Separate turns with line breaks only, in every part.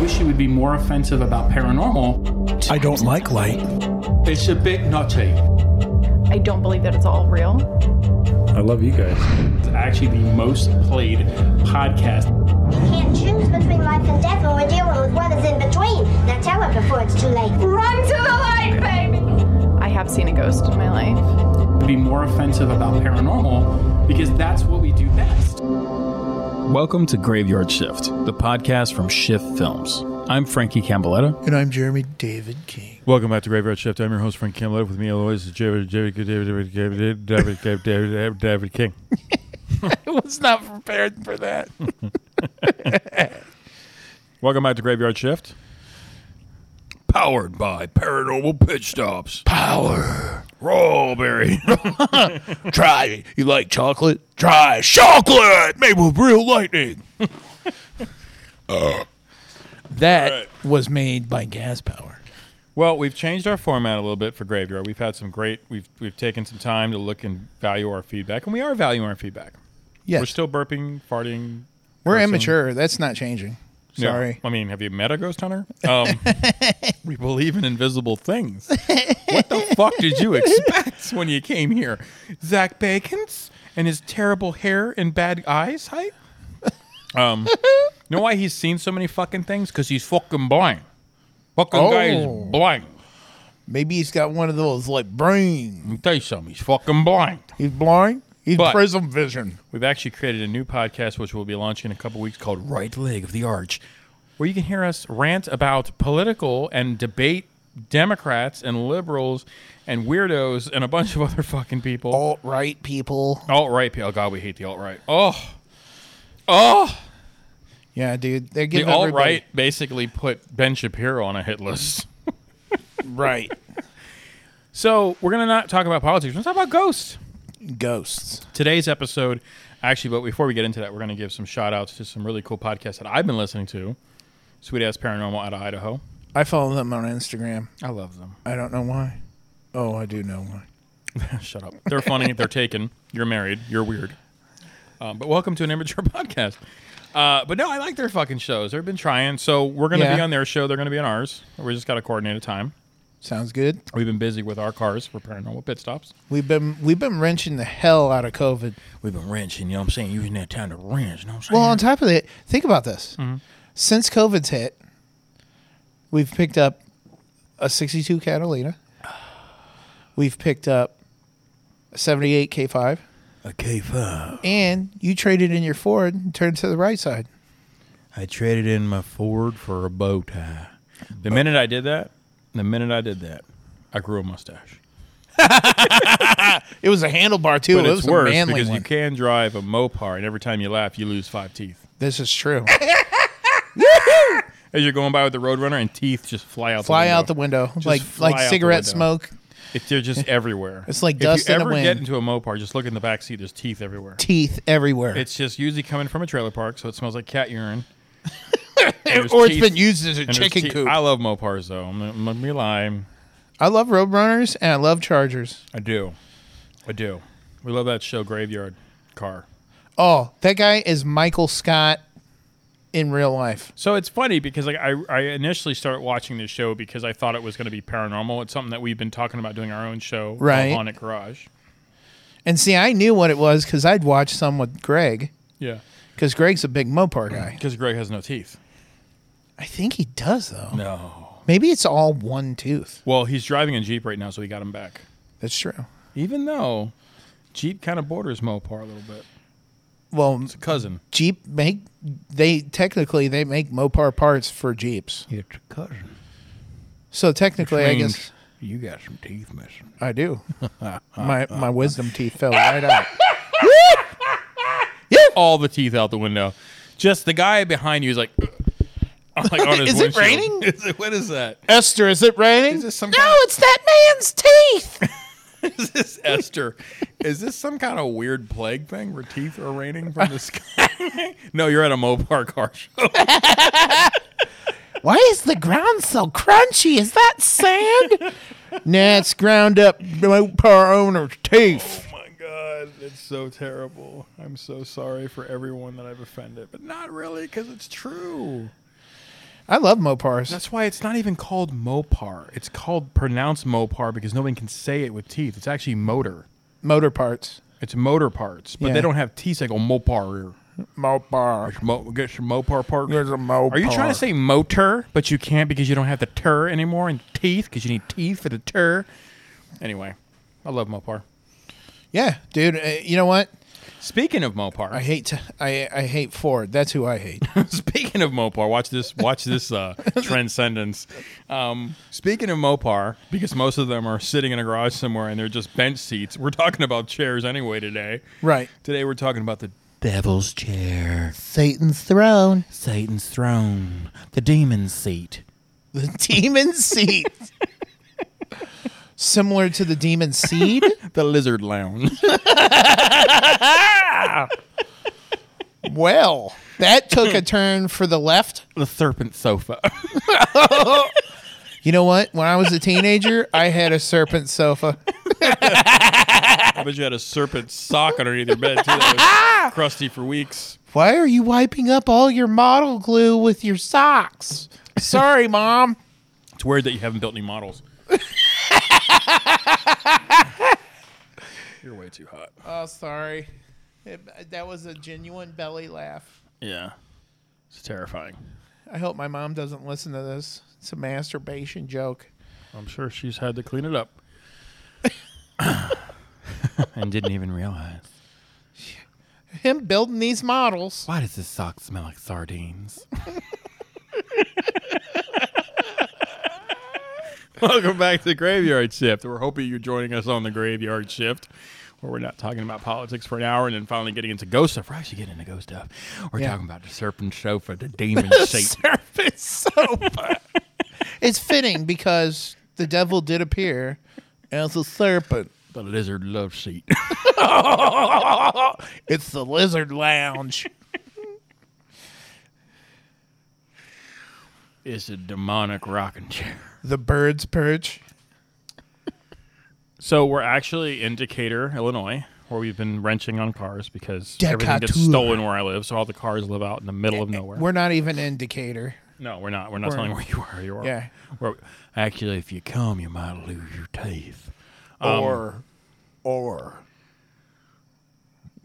wish you would be more offensive about paranormal.
I don't like light.
It's a bit nutty.
I don't believe that it's all real.
I love you guys.
It's actually the most played podcast.
You can't choose between life and death when we're dealing with what is in between. Now tell her before it's too late.
Run to the light, baby! I have seen a ghost in my life.
Be more offensive about paranormal because that's what we do best.
Welcome to Graveyard Shift, the podcast from Shift Films. I'm Frankie Cambaletta.
And I'm Jeremy David King.
Welcome back to Graveyard Shift. I'm your host, Frank Camelot. With me, as always, is David, David, David, David, David, David, David, David, David King.
I was not prepared for that.
Welcome back to Graveyard Shift. Powered by Paranormal Pitch Stops.
Power.
Rawberry.
Try. You like chocolate? Try chocolate made with real lightning. Uh. that
All right.
was made by gas power.
well, we've changed our format a little bit for Graveyard. We've had some great, we've, we've taken some time to look and value our feedback, and we are valuing our feedback.
Yes.
We're still burping, farting.
We're
cursing.
immature. That's not changing.
Yeah.
Sorry.
I mean, have you met a ghost hunter? Um, we believe in invisible things. What the fuck did you expect when you came here? Zach Bacon's and his terrible hair and bad eyes height? Um, you know why he's seen so many fucking things? Because he's fucking blind. Fucking guy
Oh.
is blind.
Maybe he's got one of those like brain.
Let me tell you something. He's fucking blind.
He's blind. He's
But-
prism vision.
We've actually created a new podcast, which we'll be launching in a couple weeks, called Right Leg of the Arch, where you can hear us rant about political and debate Democrats and liberals and weirdos and a bunch of other fucking people.
Alt right people.
Alt right people. Oh, God, we hate the alt right. Oh, oh,
Yeah, dude. They
the
give
alt
everybody-
right basically put Ben Shapiro on a hit list.
right
So we're gonna not talk about politics. We're gonna talk about ghosts.
ghosts.
today's episode actually but before we get into that we're going to give some shout outs to some really cool podcasts that i've been listening to sweet ass paranormal out of idaho
I follow them on Instagram.
i love them
I don't know why. Oh, I do know why.
shut up they're funny they're taken you're married you're weird um, but welcome to an immature podcast uh, but no i like their fucking shows they've been trying so we're going to
Yeah.
be on their show they're going to be on ours we just got to coordinate a time
Sounds good.
we've been busy with our cars for paranormal pit stops
We've been we've been wrenching the hell out of COVID.
we've been wrenching you know what i'm saying using that time to wrench you know what i'm saying
Well, on top of that, think about this. Since COVID's hit, we've picked up a 62 Catalina. We've picked up a 78 K5.
A K5.
And you traded in your Ford and turned to the right side.
I traded in my Ford for a bow tie. The minute I did that, the minute I did that, I grew a mustache.
It was a handlebar, too.
But
it
it's
was
worse
a manly
because
one.
you can drive a Mopar, and every time you laugh, you lose five teeth.
This is true.
As you're going by with the Roadrunner, and teeth just fly out.
Fly
the window.
out the window.
Just
like
fly out
like
the
cigarette
window.
smoke,
It- they're just everywhere.
It's like
If
dust
you
in the
ever
wind.
get into a Mopar, just look in the back seat. There's teeth everywhere.
teeth everywhere.
It's just usually coming from a trailer park, so it smells like cat urine.
or it's been used as a
and there's
chicken
teeth.
coop.
I love Mopars though. I'm, I'm gonna be lying.
I love Roadrunners and I love Chargers.
I do. I do. We love that show, Graveyard Car.
Oh, that guy is Michael Scott in real life.
So it's funny because like I, I initially started watching this show because I thought it was going to be paranormal. It's something that we've been talking about doing our own show,
Right.
On at Garage.
And see, I knew what it was because I'd watched some with Greg
Yeah,
because Greg's a big Mopar guy.
because Greg has no teeth.
I think he does though.
No.
Maybe it's all one tooth.
Well, he's driving a Jeep right now, so we got him back.
That's true.
Even though Jeep kind of borders Mopar a little bit.
Well,
It's a cousin.
Jeep make they technically they make Mopar parts for Jeeps.
It's a cousin.
So technically, I
means-
guess
You got some teeth missing.
I do. my my wisdom teeth fell right out.
All the teeth out the window. Just the guy behind you is like, like on his
Is it
windshield.
raining?
Is it- what is that?
Esther, is it raining?
Is this some
no,
kind of-
it's that man's teeth.
Is this Esther? Is this some kind of weird plague thing where teeth are raining from the sky? no, you're at a Mopar car show.
Why is the ground so crunchy? Is that sand? nah, it's ground up Mopar owner's teeth.
Oh my god, it's so terrible. I'm so sorry for everyone that I've offended, but not really because it's true.
I love Mopars.
That's why it's not even called Mopar. It's called pronounced Mopar because nobody can say it with teeth. It's actually motor.
motor parts.
It's motor parts, but
Yeah.
they don't have teeth. They go Mopar.
Mopar.
Mo, get your Mopar part.
There's a Mopar.
Are you trying to say motor, but you can't because you don't have the tur anymore and teeth because you need teeth for the tur? Anyway, I love Mopar.
Yeah, dude. Uh, you know what?
Speaking of Mopar,
I hate. T- I I hate Ford. That's who I hate.
Speaking of Mopar, watch this. Watch this uh, transcendence. Um, speaking of Mopar, because most of them are sitting in a garage somewhere and they're just bench seats. We're talking about chairs anyway today.
right.
Today we're talking about the
Devil's chair,
Satan's throne.
Satan's throne, the demon's seat.
The demon seat. Similar to the demon seed.
the lizard lounge.
well, that took a turn for the left.
the serpent sofa.
You know what? When I was a teenager, I had a serpent sofa.
I bet you had a serpent sock underneath your bed too. That was crusty for weeks.
Why are you wiping up all your model glue with your socks? Sorry, mom.
It's weird that you haven't built any models. You're way too hot.
Oh, sorry. It- that was a genuine belly laugh.
Yeah, it's terrifying.
I hope my mom doesn't listen to this. It's a masturbation joke.
I'm sure she's had to clean it up. and didn't even realize.
Him building these models.
Why does this sock smell like sardines? Welcome back to Graveyard Shift. We're hoping you're joining us on the Graveyard Shift, where we're not talking about politics for an hour and then finally getting into ghost stuff. We're actually getting into ghost stuff. We're
Yeah.
talking about the serpent sofa, the demon shape.
Serpent sofa. it's fitting because the devil did appear as a serpent.
The lizard love seat.
It's the lizard lounge.
it's a demonic rocking chair.
The bird's perch.
So we're actually in Decatur, Illinois, where we've been wrenching on cars because everything gets
Decatur.
stolen where I live. So all the cars live out in the middle of nowhere.
We're not even in Decatur.
no, we're not. Eh, We're not
we're-
telling where you are. You are.
Yeah.
We're- actually, if you come, you might lose your teeth.
or, or.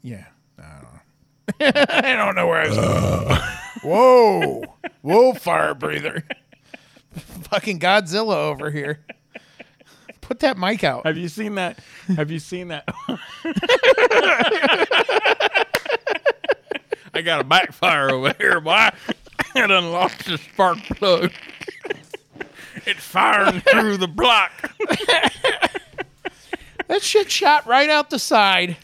Yeah.
I don't know where I was.
Whoa. Whoa, fire breather. Fucking Godzilla over here. Put that mic out.
Have you seen that? Have you seen that? I got a backfire over here, boy. It unlocked the spark plug. It's firing through the block.
That shit shot right out the side.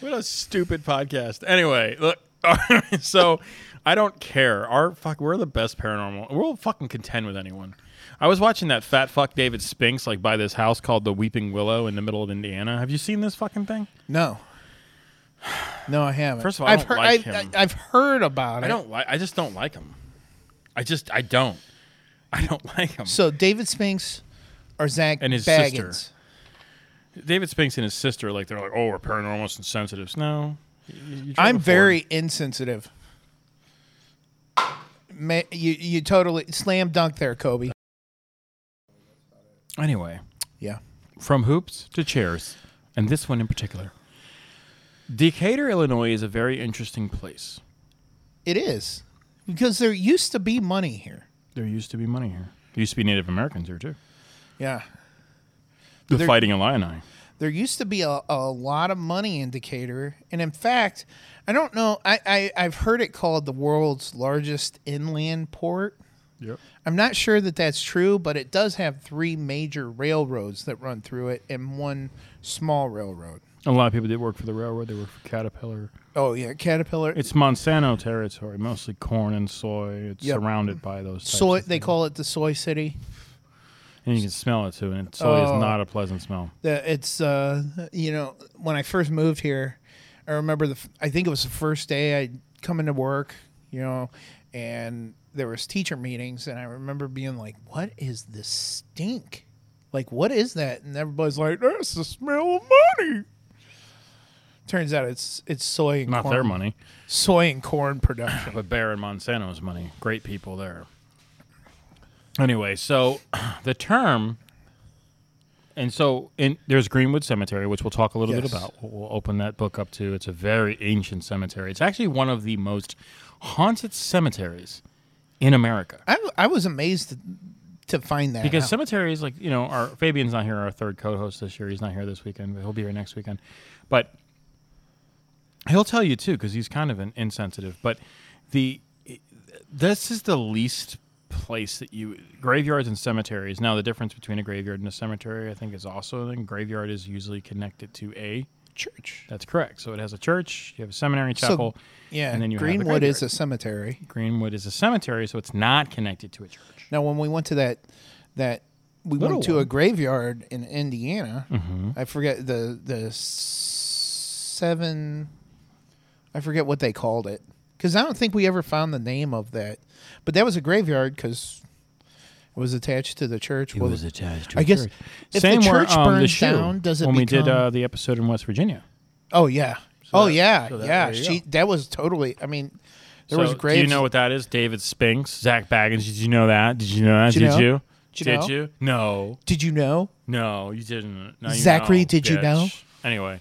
What a stupid podcast. Anyway, look. so I don't care. Our fuck, we're the best paranormal. We'll fucking contend with anyone. I was watching that fat fuck David Spinks like by this house called the Weeping Willow in the middle of Indiana. Have you seen this fucking thing?
No. No, I haven't.
First of all, I
I've
don't
heard,
like
I've,
him.
I- I've heard about it.
I don't like. I just don't like him. I just I don't. I don't like him.
So David Spinks or Zach
And his
Baggins.
sister. David Spinks and his sister like they're like oh we're paranormalists and sensitives. No, You- you try
I'm
before.
very insensitive. Ma you you totally slam dunk there, Kobe.
anyway.
Yeah.
from hoops to chairs, and this one in particular. Decatur, Illinois is a very interesting place.
It is. Because there used to be money here.
There used to be money here. There used to be Native Americans here too.
Yeah.
The
There-
Fighting Illini.
there used to be a, a lot of money in Decatur. And in fact, I don't know, I, I, I've heard it called the world's largest inland port.
Yep.
I'm not sure that that's true, but it does have three major railroads that run through it and one small railroad.
A lot of people did work for the railroad. They worked for Caterpillar.
Oh, yeah, Caterpillar.
It's Monsanto territory, mostly corn and soy. It's
Yep.
surrounded by those. Types
soy,
of
they
things.
call it the Soy City.
and you can smell it too. And soy
Oh.
is not a pleasant smell.
The- It's, uh, you know, when I first moved here, I remember the, f- I think it was the first day I'd come into work, you know, and there was teacher meetings. And I remember being like, what is this stink? Like, what is that? And everybody's like, that's the smell of money. Turns out it's it's soy and
Not
corn.
their money,
Soy and corn production.
but Bear and Monsanto's money. Great people there. Anyway, so the term, and so in there's Greenwood Cemetery, which we'll talk a little
Yes.
bit about. We'll we'll open that book up to. It's a very ancient cemetery. It's actually one of the most haunted cemeteries in America.
I I was amazed to, to find that
Because
out.
cemeteries, like you know, our Fabian's not here, our third co-host this year. He's not here this weekend, but he'll be here next weekend. But he'll tell you too, because he's kind of an insensitive. But the this is the least place that you graveyards and cemeteries. Now, the difference between a graveyard and a cemetery, I think, is also a thing. Graveyard is usually connected to a
church.
that's correct. So it has a church, you have a seminary chapel,
Yeah,
and then you
Greenwood
have a
is a
graveyard.
cemetery.
Greenwood is a cemetery, so it's not connected to a church.
Now, when we went to that that we
Little
went to a
one. Mm-hmm.
graveyard in Indiana. I forget the the s- seven. I forget what they called it because I don't think we ever found the name of that. But that was a graveyard because it was attached to the church.
It
Well,
was attached to
I
a
guess
church.
if
Same
the
where,
church
um, the
burns
shoe,
down, does it
when we did
become-
uh, the episode in West Virginia?
oh yeah, oh yeah,
so that-
yeah.
there you
She
go.
that was totally. I mean, there was
So,
graves.
Do you know what that is? David Spinks, Zach Baggins. Did you know that? Did you know that?
Did you
Did
know?
you?
Did you know?
No,
Did you know?
no, you didn't. Now you
Zachary,
know,
did you
bitch.
know?
Anyway,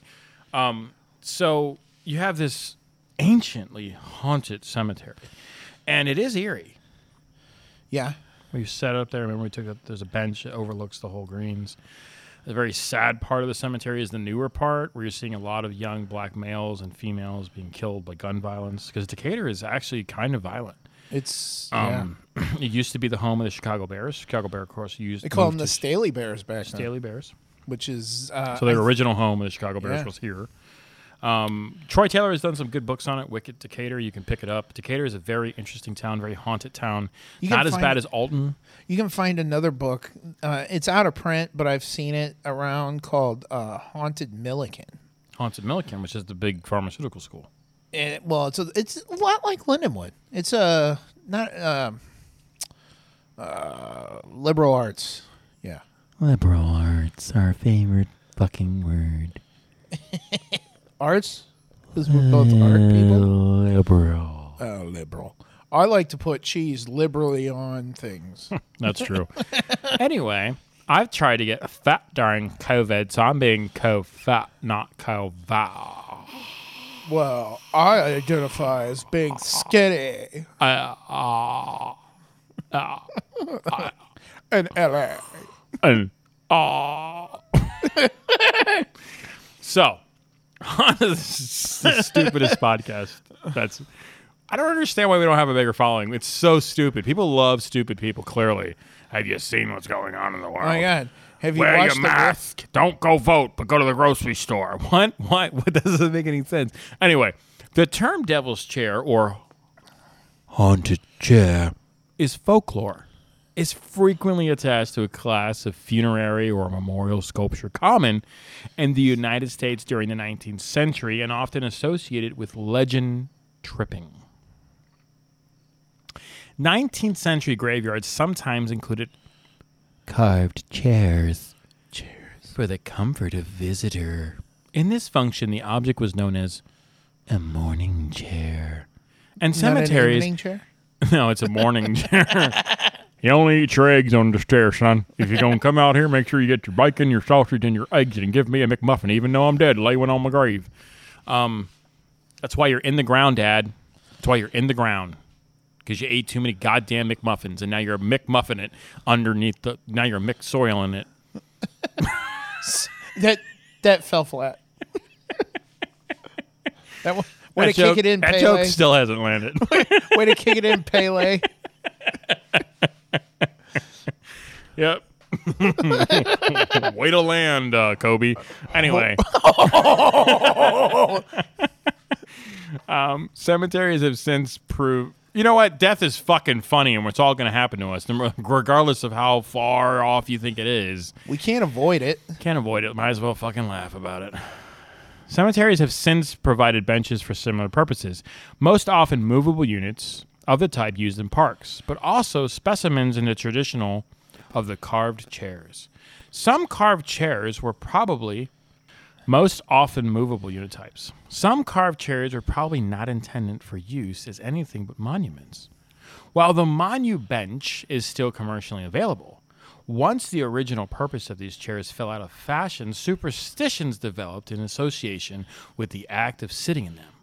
um, so you have this anciently haunted cemetery, and it is eerie.
Yeah.
We sat up there. Remember, we took a, there's a bench that overlooks the whole greens. The very sad part of the cemetery is the newer part, where you're seeing a lot of young black males and females being killed by gun violence. Because Decatur is actually kind of violent.
It's yeah.
Um, It used to be the home of the Chicago Bears. Chicago Bear, of course, used.
They call them
moved
the
to
Staley Bears back then,
Staley Bears.
which is uh,
So their original home of the Chicago Bears
Yeah.
was here. Um, Troy Taylor has done some good books on it. Wicked Decatur, you can pick it up. Decatur is a very interesting town, very haunted town.
You can
Not as
find-
bad as Alton.
You can find another book. Uh, it's out of print, but I've seen it around called uh, Haunted Milliken.
Haunted Milliken, which is the big pharmaceutical school.
And it- well, it's a, it's a lot like Lindenwood. It's a not um uh, liberal arts. Yeah,
Liberal arts, our favorite fucking word.
arts. Because we're both art people.
Liberal.
Oh, liberal. I like to put cheese liberally on things.
That's true. anyway, I've tried to get fat during COVID, so I'm being co fat, not co val.
well, I identify as being skinny.
Uh,
In LA.
And ah. so, on to the s- the stupidest podcast. That's. I don't understand why we don't have a bigger following. It's so stupid. People love stupid people. Clearly, have you seen what's going on in the world?
Oh my god. Have you
Wear
watched
your
the
mask. Don't go vote, but go to the grocery store. What? What? What that doesn't make any sense? Anyway, the term "devil's chair" or
Haunted chair.
is folklore. Is frequently attached to a class of funerary or memorial sculpture common in the United States during the 19th century and often associated with legend tripping. 19th century graveyards sometimes included
Carved chairs. Chairs. For the comfort of visitor.
in this function the object was known as
A morning chair.
Not
and
an
cemeteries
evening chair?
No, it's a morning chair. you only eat your eggs on the stair, son. If you're gonna come out here, make sure you get your bacon, your sausage, and your eggs, and give me a McMuffin, even though I'm dead. Lay one on my grave. Um, that's why you're in the ground, Dad. That's why you're in the ground because you ate too many goddamn McMuffins, and now you're McMuffin it underneath the. Now you're McSoiling it.
That that fell flat. that one, way to
that joke,
kick it in,
that joke
Pele.
still hasn't landed.
way to kick it in, Pele.
yep. Way to land, uh, Kobe. Anyway. um, cemeteries have since proved. You know what? Death is fucking funny, and it's all going to happen to us, no- regardless of how far off you think it is.
We can't avoid it.
Can't avoid it. Might as well fucking laugh about it. Cemeteries have since provided benches for similar purposes, most often movable units of the type used in parks, but also specimens in the traditional of the carved chairs. Some carved chairs were probably Most often movable unit types. Some carved chairs are probably not intended for use as anything but monuments. While the Monu bench is still commercially available, once the original purpose of these chairs fell out of fashion, superstitions developed in association with the act of sitting in them.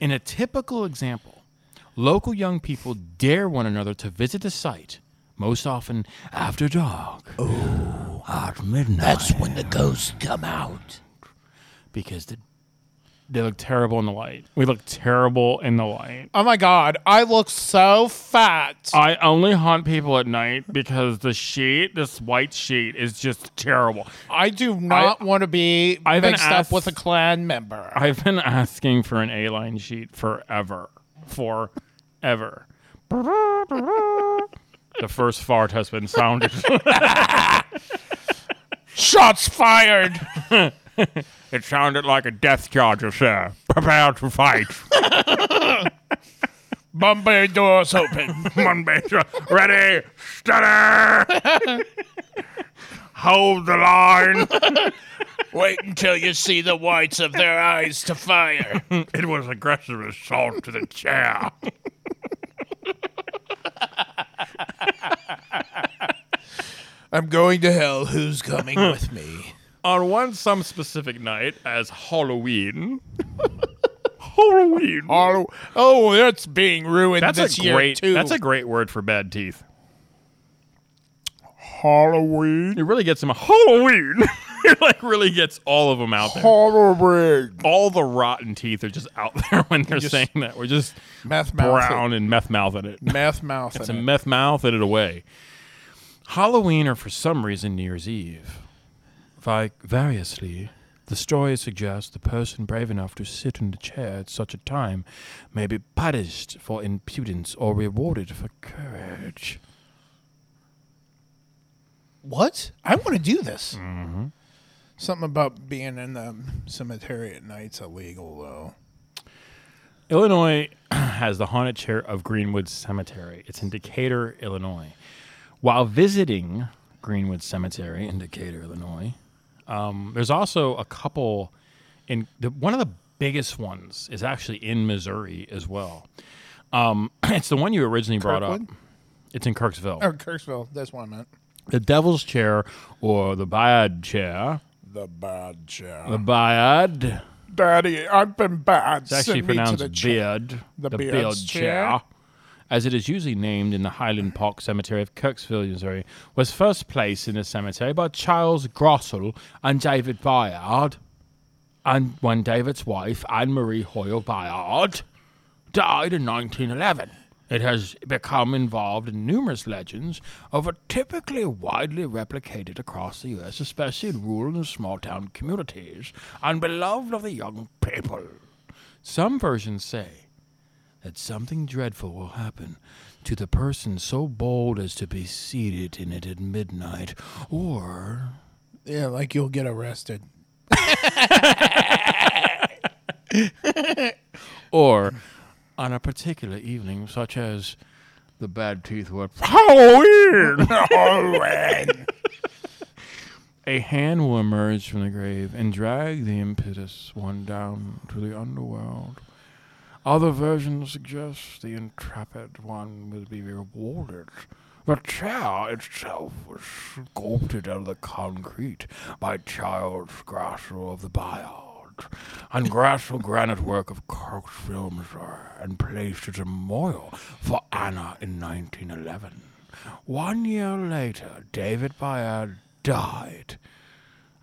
In a typical example, local young people dare one another to visit the site, most often after dark. Oh, at midnight. That's when the ghosts come out. Because the, they look terrible in the light. We look terrible in the light.
Oh my god, I look so fat.
I only haunt people at night because the sheet, this white sheet, is just terrible.
I do not want to be
I've been
mixed
asked-
up with a clan member.
I've been asking for an A line sheet forever. Forever. the first fart has been sounded.
Shots fired.
it sounded like a death charger, sir. Prepare to fight.
Bombay doors open.
Monday, ready, steady. Hold the line.
Wait until you see the whites of their eyes to fire.
It was aggressive assault to the chair.
I'm going to hell. Who's coming with me?
on one some specific night as Halloween. Halloween.
Oh, oh, that's being ruined
That's
this
a
year
great.
too.
That's a great word for bad teeth.
Halloween.
It really gets them. Halloween. it like really gets all of them out there.
Halloween.
all the rotten teeth are just out there when they're saying that. We're just
Meth mouth.
brown and meth mouthing it.
It. Meth mouth.
It's
in
a
it.
meth mouth in it away. Halloween or for some reason New Year's Eve. Vi- variously, the story suggests the person brave enough to sit in the chair at such a time may be punished for impudence or rewarded for courage.
What? I want to do this.
Mm-hmm.
Something about being in the cemetery at night's illegal, though.
Illinois has the haunted chair of Greenwood Cemetery. It's in Decatur, Illinois. While visiting Greenwood Cemetery in Decatur, Illinois, um, there's also a couple in the, one of the biggest ones is actually in Missouri as well. Um, it's the one you originally brought up.
Kirkwood?
It's in Kirksville.
Or Kirksville. That's what I meant.
The Devil's Chair or the Bayard Chair.
The bad job.
The Bayard.
Daddy, I've been bad.
It's actually
Send me to
pronounced
the chair.
beard.
The
the
beard's
beard chair.
chair.
As it is usually named in the Highland Park Cemetery of Kirksville, Missouri, was first placed in the cemetery by Charles Grossell and David Bayard, and when David's wife, Anne Marie Hoyle Bayard, died in 1911. It has become involved in numerous legends of a typically widely replicated across the U.S., especially in rural and small town communities, and beloved of the young people. Some versions say that something dreadful will happen to the person so bold as to be seated in it at midnight, or
Yeah, like you'll get arrested.
or on a particular evening, such as the bad teeth were Halloween. a hand will emerge from the grave and drag the impetuous one down to the underworld. Other versions suggest the entrapped one will be rewarded. The chair itself was sculpted out of the concrete by Charles Grassel of the Bayard and Grassel granite work of Kirksville, Missouri, and placed as a memorial for Anna in 1911. One year later, David Bayard died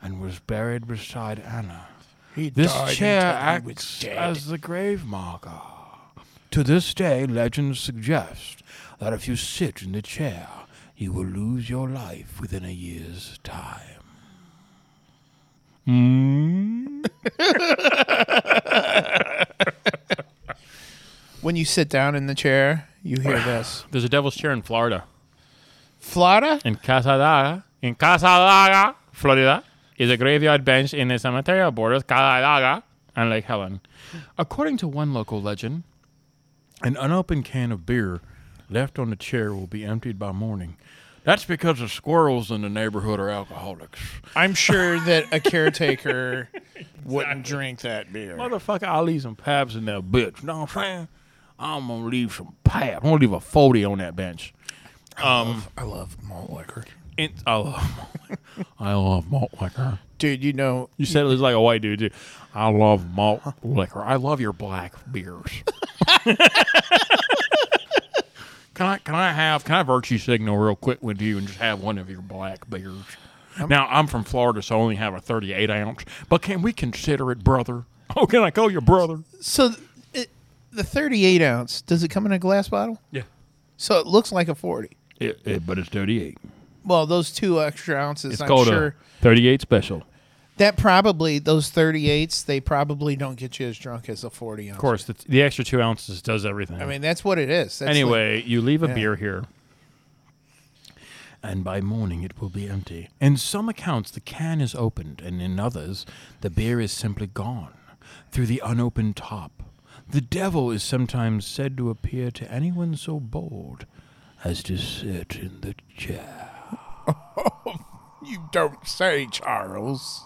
and was buried beside Anna.
He
This
died
chair
until he was
acts
dead.
as the grave marker. To this day, legends suggest that if you sit in the chair, you will lose your life within a year's time.
when you sit down in the chair, you hear this.
There's a devil's chair in Florida.
Florida?
In Casadaga, in Casadaga, Florida, is a graveyard bench in the cemetery that borders Casadaga and Lake Helen. According to one local legend, an unopened can of beer left on the chair will be emptied by morning. That's because the squirrels in the neighborhood are alcoholics.
I'm sure that a caretaker wouldn't drink that beer.
Motherfucker, I'll leave some paps in that bitch. You know what I'm saying? I'm gonna leave some pap. I'm gonna leave a forty on that bench.
I love malt liquor.
And I love, I love malt liquor.
Dude, you know,
You said it was like a white dude. Too. I love malt liquor. I love your black beers. can I can I have can I virtue signal real quick with you and just have one of your black beers? now I'm from Florida, so I only have a 38 ounce. But can we consider it, brother? Oh, can I call you brother?
so th- it, the 38 ounce, does it come in a glass bottle?
Yeah.
So it looks like a 40.
It, it- but it's 38.
Well, those two extra ounces,
It's
I'm
called
sure.
a 38 special.
that probably, those 38s, they probably don't get you as drunk as a 40 ounce.
Of course, the, the extra two ounces does everything.
I mean, that's what it is. That's
anyway, you leave a
yeah.
beer here, and by morning it will be empty. In some accounts, the can is opened, and in others, the beer is simply gone through the unopened top. The devil is sometimes said to appear to anyone so bold as to sit in the chair.
like, you don't say, Charles.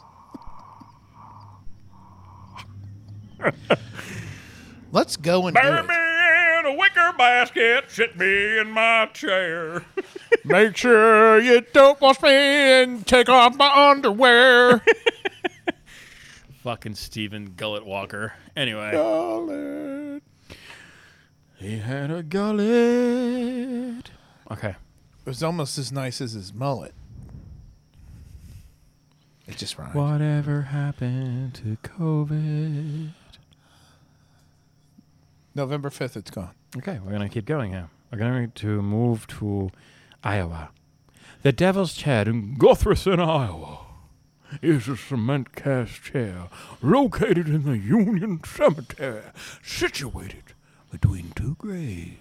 Let's go and do it.
in a wicker basket, sit me in my chair.
Make sure you don't wash me and take off my underwear.
Fucking Stephen Gullet Walker. Anyway. He had a gullet. Okay.
It was almost as nice as his mullet. It just rhymed.
Whatever happened to COVID?
November 5th, it's gone.
Okay, we're going to keep going here. We're going to move to Iowa. The Devil's Chair in Guthrison, Iowa, is a cement cast chair located in the Union Cemetery, situated between two graves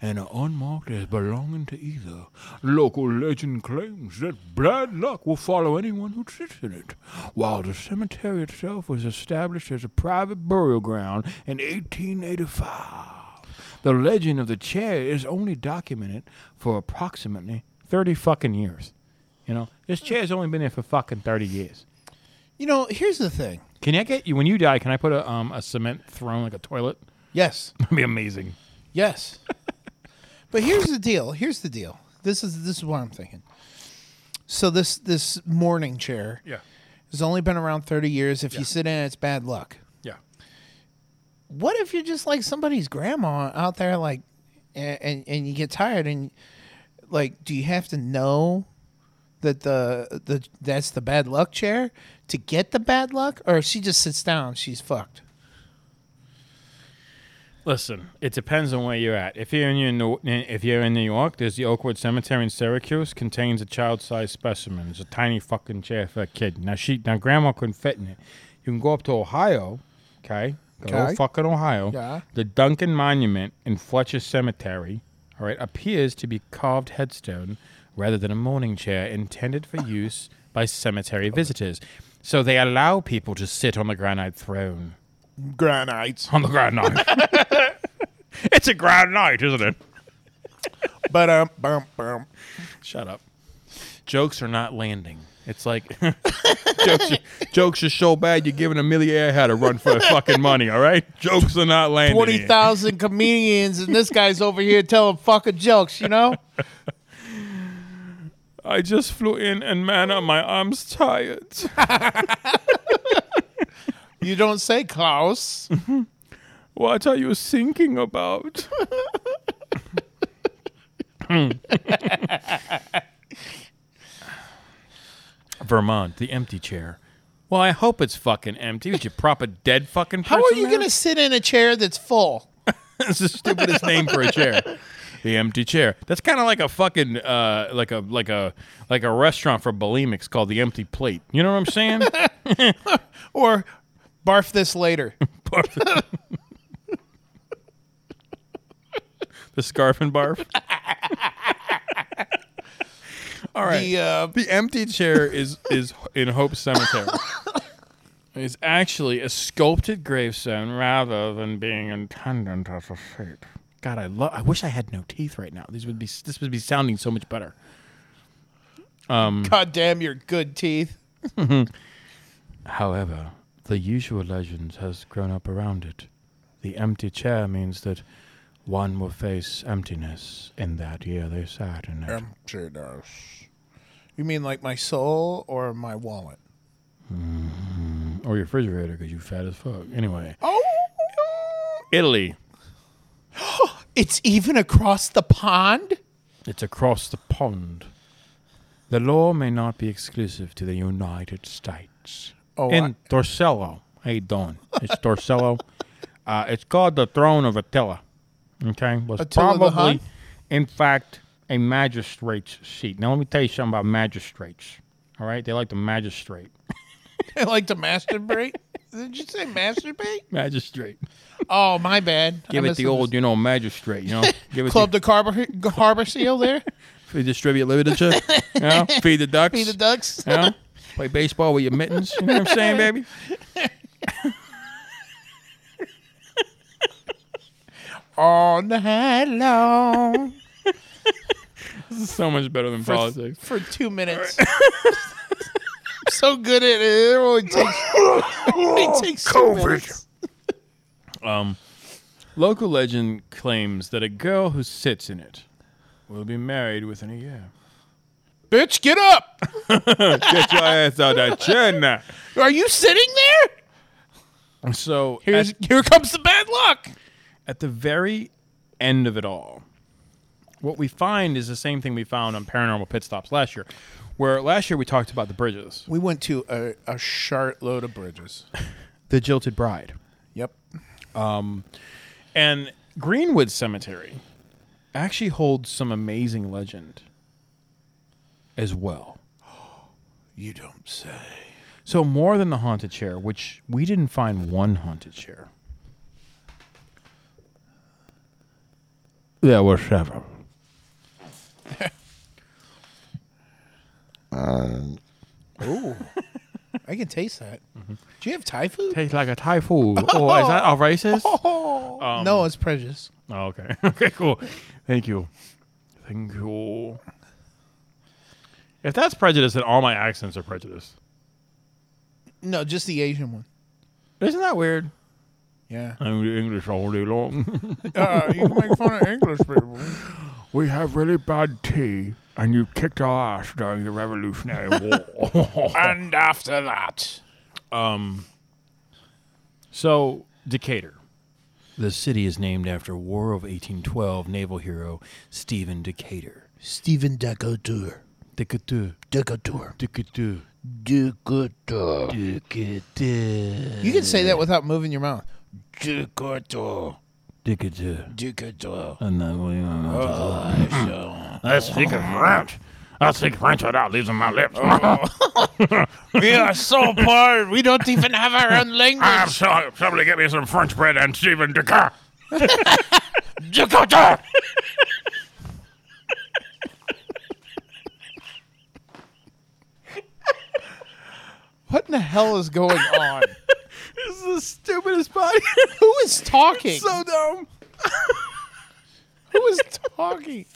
and are unmarked as belonging to either. Local legend claims that bad luck will follow anyone who sits in it, while the cemetery itself was established as a private burial ground in 1885. The legend of the chair is only documented for approximately 30 fucking years. You know, this chair's only been there for fucking 30 years.
You know, here's the thing.
Can I get you when you die? Can I put a um a cement throne like a toilet?
Yes.
That'd be amazing.
Yes. but here's the deal. Here's the deal. This is this is what I'm thinking. So this this morning chair
Yeah,
has only been around 30 years. If you sit in it, it's bad luck.
yeah.
What if you're just like somebody's grandma out there like and and, and you get tired and like do you have to know that the the that's the bad luck chair to get the bad luck or if she just sits down, she's fucked.
Listen, it depends on where you're at. If you're in your New, if you're in New York, there's the Oakwood Cemetery in Syracuse. Contains a child-sized specimen. It's a tiny fucking chair for a kid. Now she, now grandma couldn't fit in it. You can go up to Ohio, okay? Go to
Okay.
fucking Ohio.
Yeah.
The Duncan Monument in Fletcher Cemetery, all right, appears to be carved headstone rather than a morning chair intended for use by cemetery visitors. So they allow people to sit on the granite throne
Granites.
on the ground night. it's a ground night, isn't it?
But um bum bum.
Shut up. Jokes are not landing. It's like jokes, are, jokes are so bad you're giving Amelia Earhart a run for her fucking money. All right, jokes are not landing.
twenty thousand comedians, and this guy's over here telling fucking jokes. You know,
I just flew in, and man, are my arms tired.
you don't say Klaus.
What are you thinking about? Vermont, the empty chair. Well, I hope it's fucking empty. Would you prop a dead fucking person
How are you
there?
gonna sit in a chair that's full?
That's the stupidest name for a chair. The empty chair. That's kind of like a fucking uh, like a like a like a restaurant for bulimics called the empty plate. You know what I'm saying?
Or barf this later.
the scarf and barf. All right.
The uh,
The empty chair is is in Hope Cemetery. It's actually a sculpted gravestone rather than being intended as a seat. God, I love. I wish I had no teeth right now. These would be. This would be sounding so much better.
God damn your good teeth.
However, the usual legend has grown up around it. The empty chair means that one will face emptiness in that year they sat in it.
You mean like my soul or my wallet?
or your refrigerator because you fat as fuck. Anyway. Oh! Italy.
It's even across the pond?
It's across the pond. The law may not be exclusive to the United States.
Oh,
in Torcello. How you doing? It's Torcello. Uh, it's called the Throne of Attila. Okay, was
Attila the
probably,
Hun?
in fact, a magistrate's seat. Now let me tell you something about magistrates. All right, they like the magistrate.
I like to masturbate. Did you say masturbate?
Magistrate.
Oh, my bad.
Give
I
it the
misunderstood.
old, you know, magistrate. You know, give it
Club
the
the Harbor, Harbor Seal there.
Feed distribute literature. you know, feed the ducks.
Be the ducks.
You know, play baseball with your mittens. You know what I'm saying, baby?
All night long.
So much better than politics.
For two minutes. I'm so good at it. It only takes, it only takes two minutes.
Local legend claims that a girl who sits in it will be married within a year.
Bitch, get up.
Get your ass out that chair now.
Are you sitting there?
So
Here's,
at,
here comes the bad luck.
at the very end of it all, what we find is the same thing we found on Paranormal Pit Stops last year, where last year we talked about the bridges.
We went to a, a shart load of bridges.
The Jilted Bride.
Yep.
And Greenwood Cemetery actually holds some amazing legend as well.
You don't say.
So more than the haunted chair, which we didn't find one haunted chair. There were several.
I can taste that. Do you have Thai food?
Tastes like a Thai food. Oh, is that a racist?
Oh. no, it's prejudice.
Oh, okay. Okay, cool. Thank you. Thank you. If that's prejudice, then all my accents are prejudice.
No, just the Asian one.
Isn't that weird?
Yeah.
I'm English all day long.
Uh, you can make fun of English people.
we have really bad tea, and you kicked our ass during the Revolutionary War. Um,
And after that.
So Decatur.
The city is named after War of 1812 naval hero Stephen Decatur.
Stephen Decatur.
Decatur.
Decatur.
Decatur.
Decatur.
Decatur.
You can say that without moving your mouth. Decatur.
Decatur.
Decatur.
And then we-
I speak French. I speak French without losing my lips.
We are so poor. We don't even have our own
I'm
language.
sorry. Somebody get me some French bread and Stephen Decker.
Decatur. What in the hell is going on?
This is the stupidest body.
Who is talking?
so dumb.
Who is talking?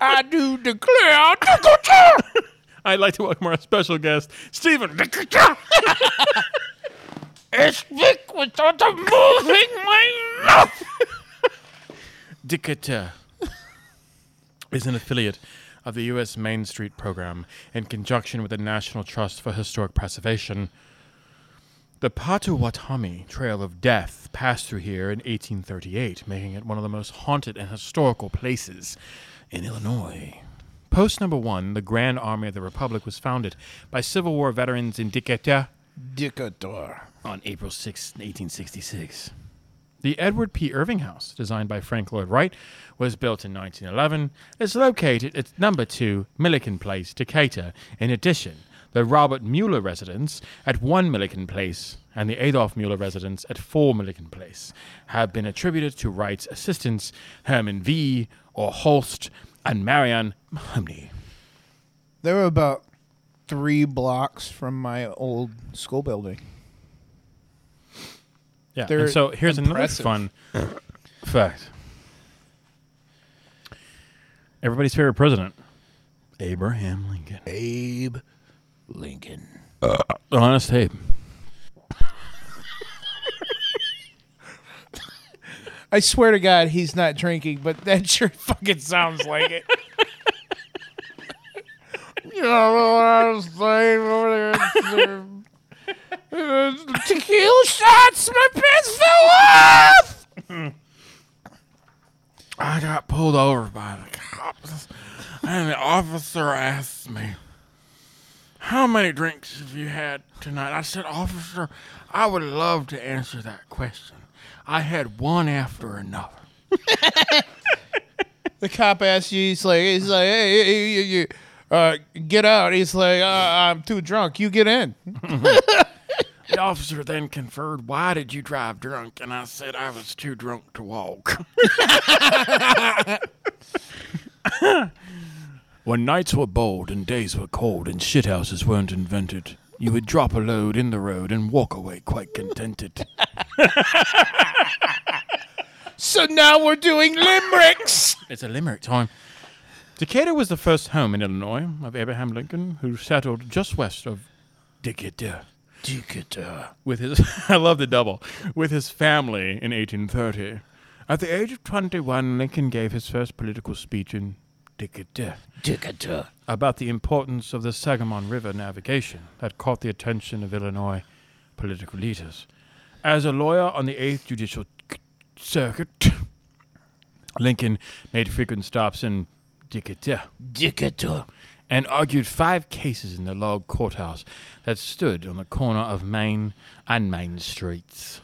I do declare.
I'd like to welcome our special guest, Stephen.
It's Vic without a moving my mouth.
Decatur is an affiliate of the U.S. Main Street Program in conjunction with the National Trust for Historic Preservation. The Potawatomi Trail of Death passed through here in 1838, making it one of the most haunted and historical places in Illinois. Post number one, the Grand Army of the Republic, was founded by Civil War veterans in Decatur,
Decatur.
on April 6, 1866. The Edward P. Irving House, designed by Frank Lloyd Wright, was built in 1911. It's located at number 2 Milliken Place, Decatur. In addition, the Robert Mueller residence at 1 Milliken Place and the Adolf Mueller residence at 4 Milliken Place have been attributed to Wright's assistants Herman V. or Holst and Marianne Mahoney.
They were about three blocks from my old school building.
Yeah.
They're
and so here's
impressive.
another fun fact. Everybody's favorite president.
Abraham Lincoln.
Abe Lincoln.
Honest Abe.
I swear to God, he's not drinking, but that sure fucking sounds like it. you know what I'm saying? over there? It's, uh, Tequila shots, my pants fell off.
I got pulled over by the cops, and the officer asked me, How many drinks have you had tonight? I said, Officer, I would love to answer that question. I had one after another.
The cop asks you, he's like, he's like, hey, hey, hey, hey, hey, uh, get out. He's like, uh, I'm too drunk. You get in.
The officer then conferred, Why did you drive drunk? And I said, I was too drunk to walk. when nights were bold and days were cold and shithouses weren't invented, you would drop a load in the road and walk away quite contented.
So now we're doing limericks.
it's a limerick time.
Decatur was the first home in Illinois of Abraham Lincoln, who settled just west of Decatur. Decatur. With his, I love the double, with his family in 1830. At the age of 21, Lincoln gave his first political speech in Decatur
Decatur.
about the importance of the Sagamon River navigation that caught the attention of Illinois political leaders. As a lawyer on the 8th Judicial C- Circuit, Lincoln made frequent stops in Decatur
Decatur.
and argued five cases in the log courthouse that stood on the corner of Main and Main Streets.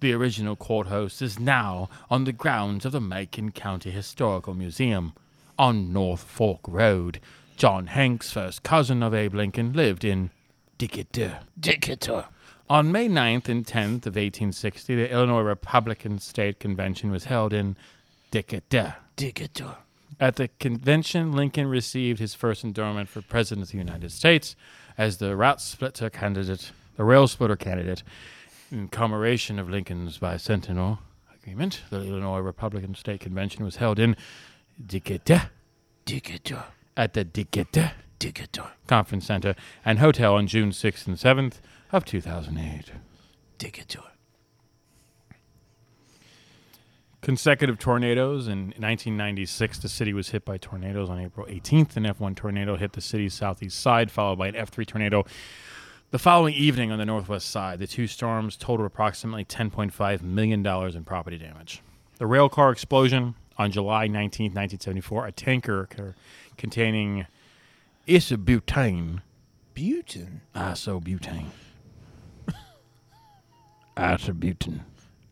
The original courthouse is now on the grounds of the Macon County Historical Museum on North Fork Road. John Hanks, first cousin of Abe Lincoln, lived in Decatur.
Decatur.
On May 9th and 10th of 1860, the Illinois Republican State Convention was held in Decatur.
Decatur.
At the convention, Lincoln received his first endowment for President of the United States as the route splitter candidate, the rail splitter candidate, in commemoration of Lincoln's bicentennial agreement. The Illinois Republican State Convention was held in Decatur
Decatur.
at the Decatur
Decatur.
Conference Center and Hotel on June 6th and 7th of 2008.
Decatur.
consecutive tornadoes. In 1996, the city was hit by tornadoes on April 18th. An F1 tornado hit the city's southeast side, followed by an F3 tornado the following evening on the northwest side. The two storms totaled approximately $10.5 million in property damage. The rail car explosion on July 19, 1974, a tanker c- containing isobutane,
Butane.
isobutane, isobutane.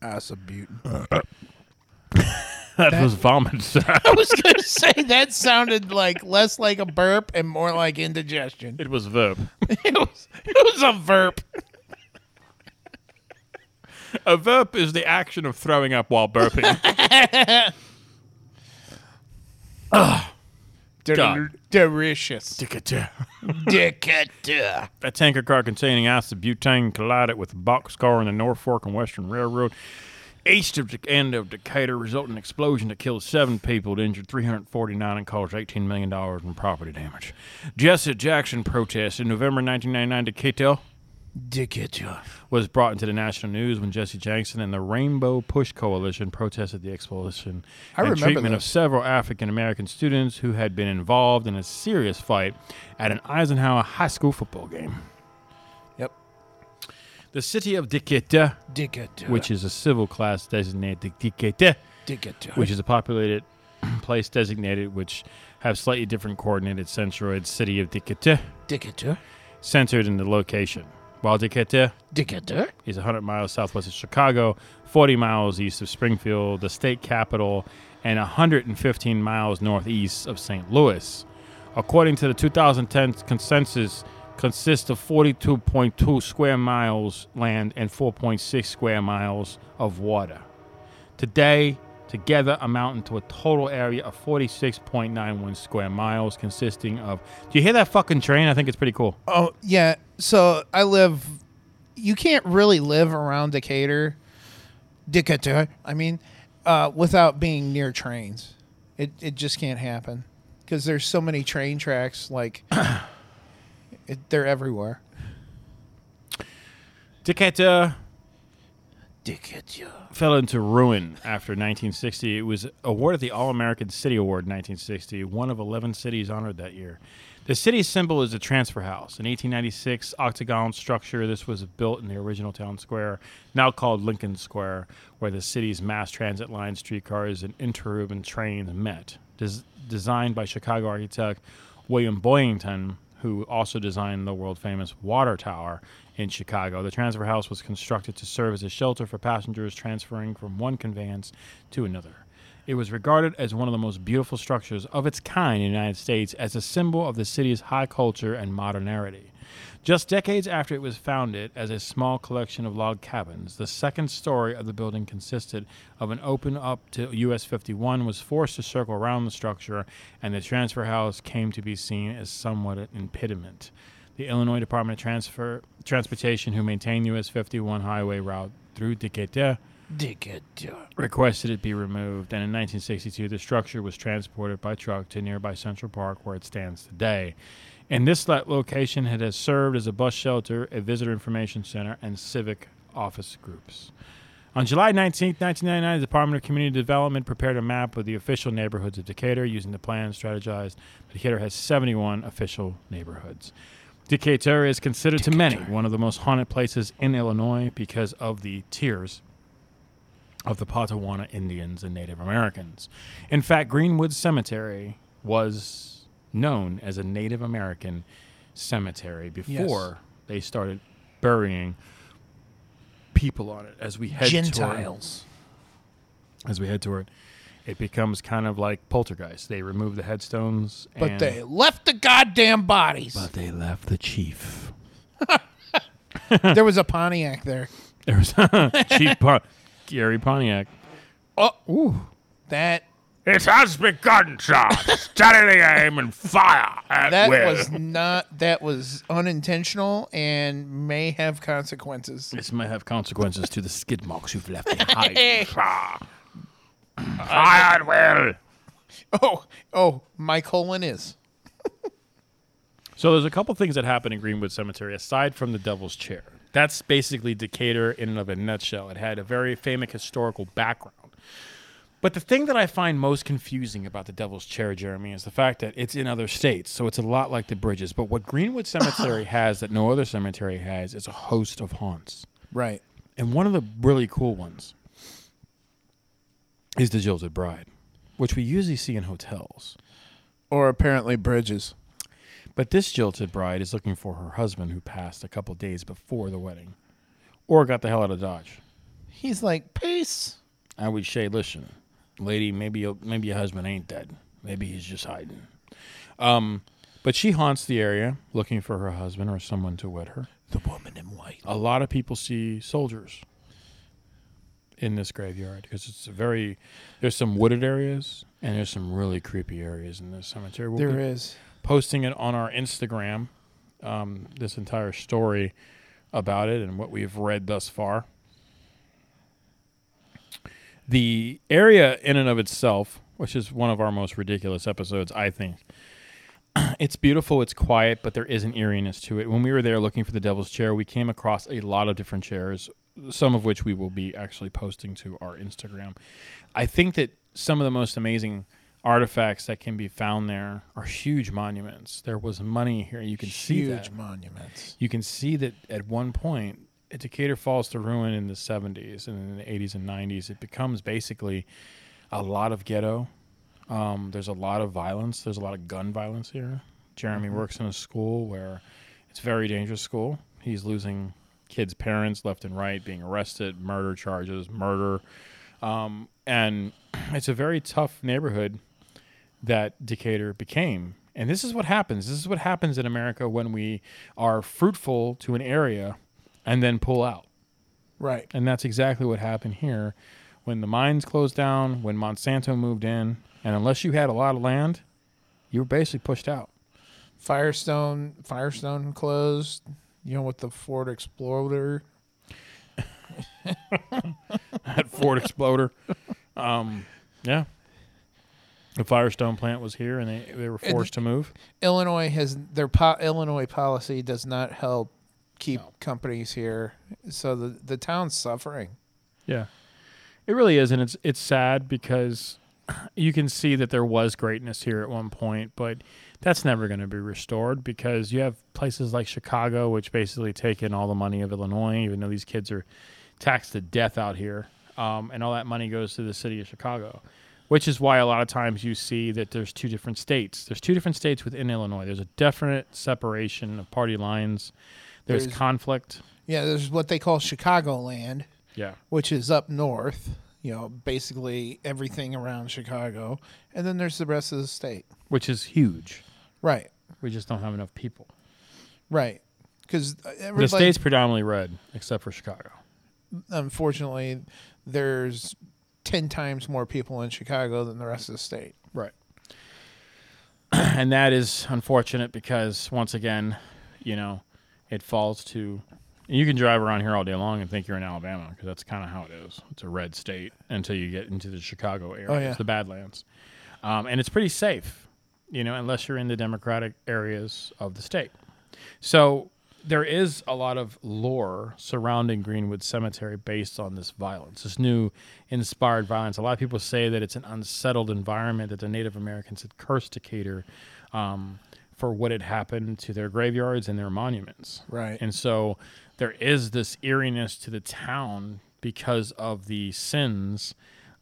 Isobutane.
That, was vomit. sir.
I was going to say that sounded like less like a burp and more like indigestion.
it was verb.
It was, it was a verp.
A verp is the action of throwing up while burping. God.
Delicious.
Decatur.
a tanker car containing isobutane collided with a boxcar in the North Fork and Western Railroad east of the end of Decatur, resulting in an explosion that killed seven people, it injured 349, and caused $18 million in property damage. Jesse Jackson protest in November 1999 Decatur
Decatur.
was brought into the national news when Jesse Jackson and the Rainbow Push Coalition protested the expulsion
I
and
remember
treatment of
this.
several African American students who had been involved in a serious fight at an Eisenhower high school football game.
Yep.
The city of Decatur,
Decatur.
which is a civil class designated Decatur,
Decatur.
which is a populated place designated which have slightly different coordinated centroid city of Decatur
Decatur.
centered in the location. While Decatur
Decatur.
is 100 miles southwest of Chicago, 40 miles east of Springfield, the state capital, and 115 miles northeast of St. Louis. According to the 2010 consensus, consists of 42.2 square miles land and 4.6 square miles of water. Today, together amounting to a total area of 46.91 square miles, consisting of. Do you hear that fucking train? I think it's pretty cool.
Oh yeah. So I live. You can't really live around uh, Decatur, Decatur. I mean, uh, without being near trains. It it just can't happen because there's so many train tracks. Like, it, they're everywhere.
Decatur fell into ruin after 1960. It was awarded the All American City Award in 1960, one of 11 cities honored that year. The city's symbol is a transfer house, an 1896 octagon structure. This was built in the original town square, now called Lincoln Square, where the city's mass transit line, streetcars, and interurban trains met. Des- designed by Chicago architect William Boyington, who also designed the world famous Water Tower in Chicago. The transfer house was constructed to serve as a shelter for passengers transferring from one conveyance to another. It was regarded as one of the most beautiful structures of its kind in the United States as a symbol of the city's high culture and modernity. Just decades after it was founded as a small collection of log cabins, the second story of the building consisted of an open up to US 51 was forced to circle around the structure and the transfer house came to be seen as somewhat an impediment. The Illinois Department of Transfer Transportation who maintained US 51 highway route through Decatur requested it be removed, and in 1962, the structure was transported by truck to nearby Central Park, where it stands today. In this lo- location, it has served as a bus shelter, a visitor information center, and civic office groups. On July 19, 1999, the Department of Community Development prepared a map of the official neighborhoods of Decatur using the plan strategized. Decatur has 71 official neighborhoods. Decatur is considered to many one of the most haunted places in Illinois because of the tiers of the Potawatomi Indians and Native Americans. In fact, Greenwood Cemetery was known as a Native American cemetery before they started burying people on it. As we head toward,
Gentiles.
as we head toward, it becomes kind of like poltergeist. They remove the headstones,
But
and
they left the goddamn bodies.
But they left the chief.
there was a Pontiac there.
there was Chief Pon- Gary Pontiac.
That
It's has begun, sir. Steady the aim and fire.
that was not that was unintentional and may have consequences.
This may have consequences to the skid marks you've left behind. Fired well.
Oh, oh, my colon is.
So there's a couple things that happen in Greenwood Cemetery aside from the Devil's Chair. That's basically Decatur in and of a nutshell. It had a very famous historical background. But the thing that I find most confusing about the Devil's Chair, Jeremy, is the fact that it's in other states, so it's a lot like the bridges. But what Greenwood Cemetery has that no other cemetery has is a host of haunts.
Right.
And one of the really cool ones is the Jilted Bride, which we usually see in hotels.
Or apparently bridges.
But this jilted bride is looking for her husband who passed a couple days before the wedding or got the hell out of Dodge.
He's like, peace.
I would say, listen, lady, maybe your, maybe your husband ain't dead. Maybe he's just hiding. Um, but she haunts the area looking for her husband or someone to wed her.
The woman in white.
A lot of people see soldiers in this graveyard because it's a very there's some wooded areas and there's some really creepy areas in this cemetery. We'll
There
be-
is.
posting it on our Instagram, um, this entire story about it and what we've read thus far. The area in and of itself, which is one of our most ridiculous episodes, I think. It's beautiful, it's quiet, but there is an eeriness to it. When we were there looking for the devil's chair, we came across a lot of different chairs, some of which we will be actually posting to our Instagram. I think that some of the most amazing artifacts that can be found there are huge monuments. There was money here. You can see that
Huge monuments.
you can see that at one point Decatur falls to ruin in the 70s and in the 80s and 90s it becomes basically a lot of ghetto um, there's a lot of violence there's a lot of gun violence here Jeremy works in a school where it's a very dangerous school he's losing kids parents left and right being arrested murder charges murder um, and it's a very tough neighborhood that Decatur became. And this is what happens. This is what happens in America when we are fruitful to an area and then pull out.
Right.
And that's exactly what happened here when the mines closed down, when Monsanto moved in, and unless you had a lot of land, you were basically pushed out.
Firestone Firestone closed. You know with the Ford Explorer.
That Ford Exploder. Um, yeah. The Firestone plant was here, and they, they were forced to move.
Illinois has their po- Illinois policy does not help keep companies here, so the the town's suffering.
Yeah, it really is, and it's it's sad because you can see that there was greatness here at one point, but that's never going to be restored because you have places like Chicago, which basically take in all the money of Illinois, even though these kids are taxed to death out here, um, and all that money goes to the city of Chicago. Which is why a lot of times you see that there's two different states. There's two different states within Illinois. There's a definite separation of party lines. there's
There's-
conflict.
Yeah, there's what they call Chicagoland,
Yeah.
which is up north. You know, basically everything around Chicago, and then there's the rest of the state.
Which is huge.
Right,
We just don't have enough people.
right. Because
The
everybody,
state's predominantly red, except for Chicago.
unfortunately, there's ten times more people in Chicago than the rest of the state.
Right. and that is unfortunate because once again, you know, it falls to you can drive around here all day long and think you're in Alabama because that's kind of how it is. It's a red state until you get into the Chicago area,
Oh, yeah.
the Badlands, um, and it's pretty safe, you know, unless you're in the Democratic areas of the state. So there is a lot of lore surrounding Greenwood Cemetery based on this violence, this new inspired violence. A lot of people say that it's an unsettled environment that the Native Americans had cursed Decatur um, for what had happened to their graveyards and their monuments.
Right.
And so there is this eeriness to the town because of the sins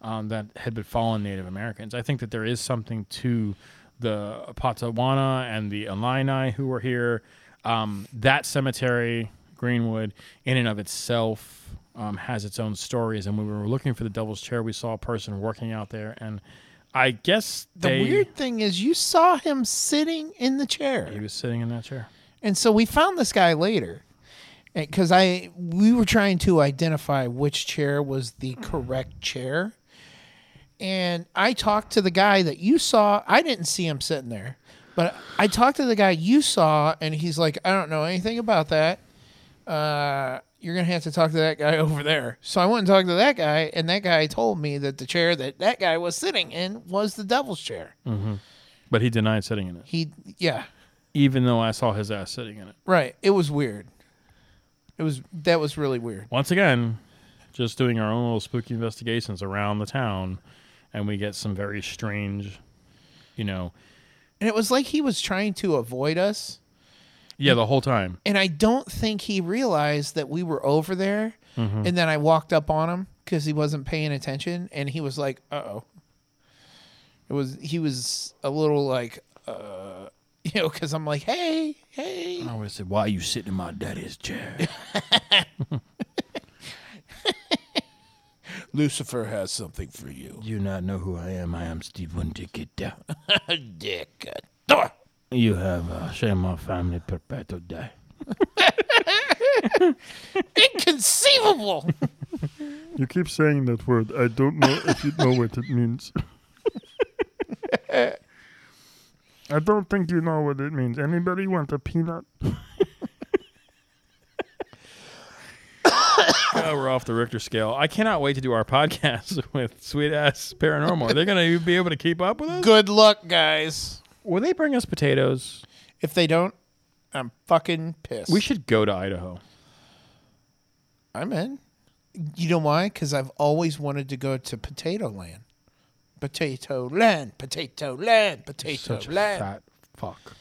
um, that had befallen Native Americans. I think that there is something to the Potawatomi and the Illini who were here. Um, that cemetery, Greenwood, in and of itself, um, has its own stories. And when we were looking for the Devil's Chair, we saw a person working out there, and I guess
The
they,
weird thing is, you saw him sitting in the chair.
he was sitting in that chair.
And so we found this guy later because I we were trying to identify which chair was the correct chair. And I talked to the guy that you saw. I didn't see him sitting there, but I talked to the guy you saw, and he's like, "I don't know anything about that. Uh, you're gonna have to talk to that guy over there." So I went and talked to that guy, and that guy told me that the chair that that guy was sitting in was the devil's chair.
But he denied sitting in it,
He, yeah,
even though I saw his ass sitting in it.
Right. It was weird. It was that was really weird.
once again, just doing our own little spooky investigations around the town, and we get some very strange, you know,
And it was like he was trying to avoid us,
yeah, the whole time.
and I don't think he realized that we were over there.
Mm-hmm.
And then I walked up on him cuz he wasn't paying attention and he was like, "Uh-oh." It was he was a little like uh you know, cuz I'm like, "Hey, hey."
I always said, "Why are you sitting in my daddy's chair?"
Lucifer has something for you.
You not know who I am. I am Steve Winterkita.
Dick.
You have uh, shame my family perpetual die.
Inconceivable.
You keep saying that word. I don't know if you know what it means. I don't think you know what it means. Anybody want a peanut?
oh, we're off the Richter scale. I cannot wait to do our podcast with sweet ass paranormal. Are they going to be able to keep up with us?
Good luck, guys.
Will they bring us potatoes?
If they don't, I'm fucking pissed.
We should go to Idaho.
I'm in. You know why? Because I've always wanted to go to Potato Land. Potato Land, Potato Land, Potato
Such a
Land.
fat fuck.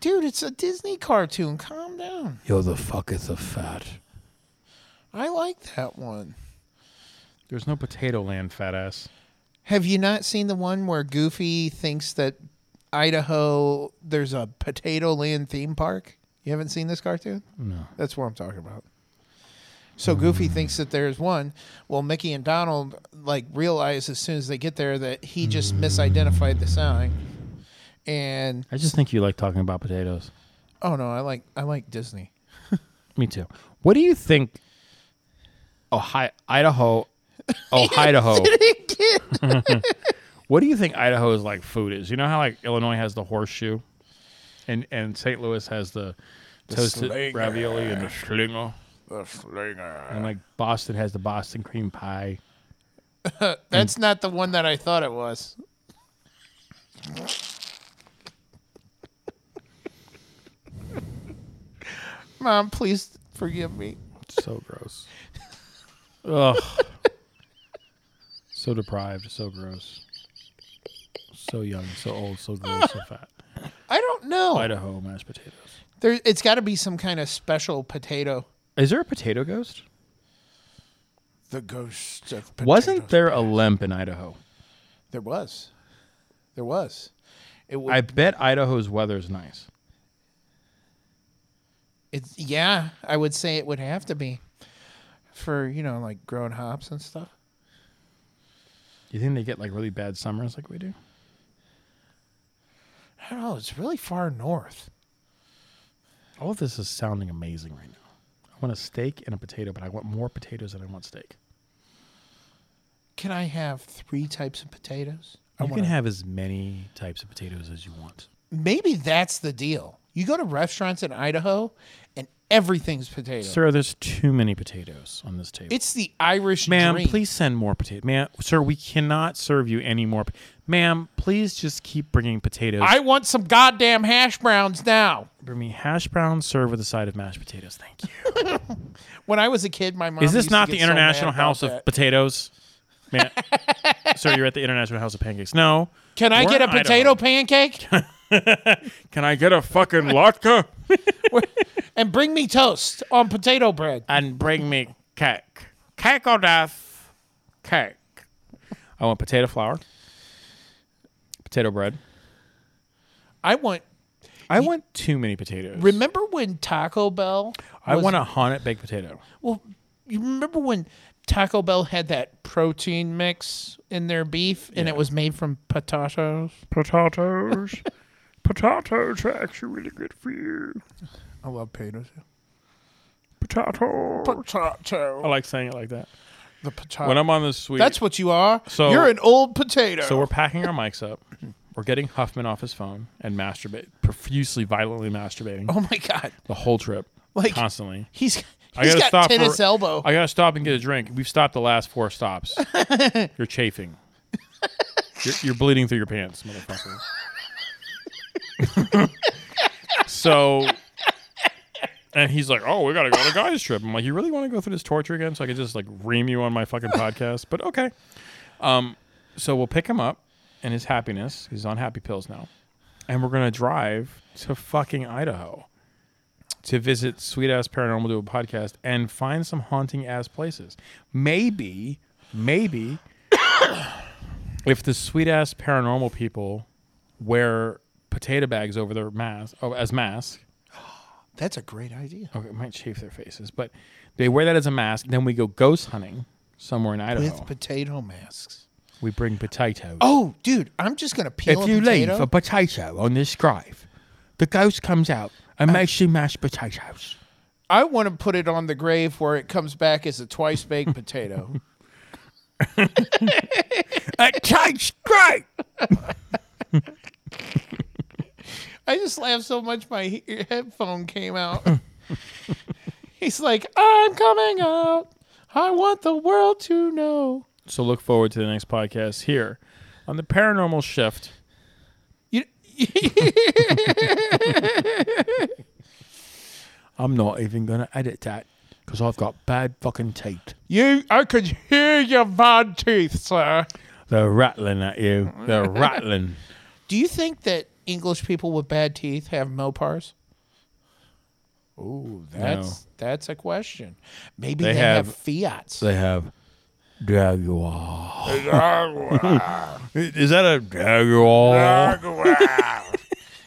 Dude, it's a Disney cartoon. Calm down.
Yo, the fuck is a fat.
I like that one.
There's no potato land, fat ass.
Have you not seen the one where Goofy thinks that Idaho, there's a Potato Land theme park? You haven't seen this cartoon? No. That's what I'm talking about. So Goofy thinks that there's one. Well, Mickey and Donald like realize as soon as they get there that he just misidentified the sign. And
I just think you like talking about potatoes.
oh no, I like I like Disney.
Me too. What do you think? Ohio, Idaho, Ohio. what do you think Idaho's like food is? You know how like Illinois has the horseshoe, and and St. Louis has the, toasted ravioli and the schlinger. The schlinger. And like Boston has the Boston cream pie.
That's not the one that I thought it was. Mom, please forgive me.
So gross. Ugh. so deprived, so gross. So young, so old, so gross, so fat.
I don't know.
Idaho mashed potatoes.
There, it's got to be some kind of special potato.
Is there a potato ghost?
The ghost of
Wasn't there a limp in Idaho?
There was. There was. It would.
I bet Idaho's weather is nice.
it's yeah. I would say it would have to be for you know like grown hops and stuff.
You think they get like really bad summers like we do?
I don't know. It's really far north.
All of this is sounding amazing right now. I want a steak and a potato, but I want more potatoes than I want steak.
Can I have three types of potatoes? I
You
wanna-
can have as many types of potatoes as you want.
Maybe that's the deal. You go to restaurants in Idaho, and everything's potato.
Sir, there's too many potatoes on this table.
It's the Irish
Ma'am,
dream.
please send more potatoes. Ma'am, sir, we cannot serve you any more. po- Ma'am, please just keep bringing potatoes.
I want some goddamn hash browns now.
Bring me hash browns served with a side of mashed potatoes. Thank you.
When I was a kid, my mom
Is this
used to
not
get
the
so mad
International
about
House
that.
of Potatoes? Man, sir, you're at the International House of Pancakes. No.
Can I
We're
get a
in Idaho.
potato pancake
Can I get a fucking latke?
and bring me toast on potato bread?
and bring me cake. Cake or death? Cake. I want potato flour, potato bread.
I want.
I want too many potatoes.
Remember when Taco Bell?
I
was-
want a haunted baked potato.
Well, you remember when Taco Bell had that protein mix in their beef, and it was made from potatoes.
Potatoes. Potatoes are actually really good for you.
I love potatoes.
Potatoes.
Potato.
I like saying it like that.
The potato.
When I'm on this suite,
That's what you are.
So-
You're an old potato.
so we're packing our mics up. We're getting Huffman off his phone and masturbate profusely, violently masturbating
oh my god,
the whole trip,
Like-
constantly.
he's he's
I gotta
got
stop
tennis
for-
elbow.
I gotta stop and get a drink. We've stopped the last four stops. You're chafing. You're, you're bleeding through your pants, motherfucker. so, and he's like, "Oh, we gotta go on a guys trip." I'm like, "You really want to go through this torture again?" So I could just like ream you on my fucking podcast. But okay. Um, so we'll pick him up and his happiness. He's on happy pills now, and we're gonna drive to fucking Idaho to visit sweet ass paranormal do a podcast and find some haunting ass places. Maybe, maybe if the sweet ass paranormal people wear potato bags over their mask oh, as mask.
That's a great idea.
Okay, it might chafe their faces, but they wear that as a mask. Then we go ghost hunting somewhere in Idaho.
With potato masks.
we bring potatoes.
Oh, dude, I'm just gonna peel
if
a
you leave
potato.
a potato on this grave, the ghost comes out and makes you mashed potatoes.
I want to put it on the grave where it comes back as a twice baked potato.
It tastes great.
I just laughed so much my he- headphone came out. He's like, "Oh, I'm coming out. I want the world to know.
So look forward to the next podcast here on the Paranormal Shift.
You,
I'm not even going to edit that because I've got bad fucking teeth.
you, I could hear your bad teeth, sir.
They're rattling at you. They're rattling.
Do you think that English people with bad teeth have Mopars? Oh, that's that's a question. Maybe
They
they, have,
have-
Fiats.
They have Jaguar. Is that a Jaguar?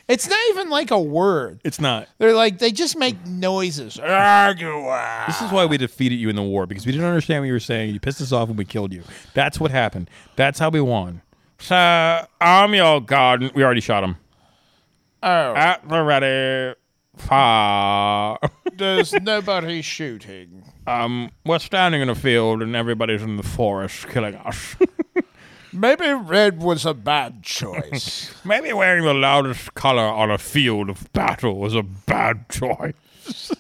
it's not even like a word.
It's not.
They're like they just make noises.
This is why we defeated you in the war because we didn't understand what you were saying. You pissed us off and we killed you. That's what happened. That's how we won. So I'm your god. We already shot him.
Oh,
At the ready. Fire.
there's nobody shooting.
Um, we're standing in a field and everybody's in the forest killing us.
Maybe red was a bad choice.
Maybe wearing the loudest color on a field of battle was a bad choice.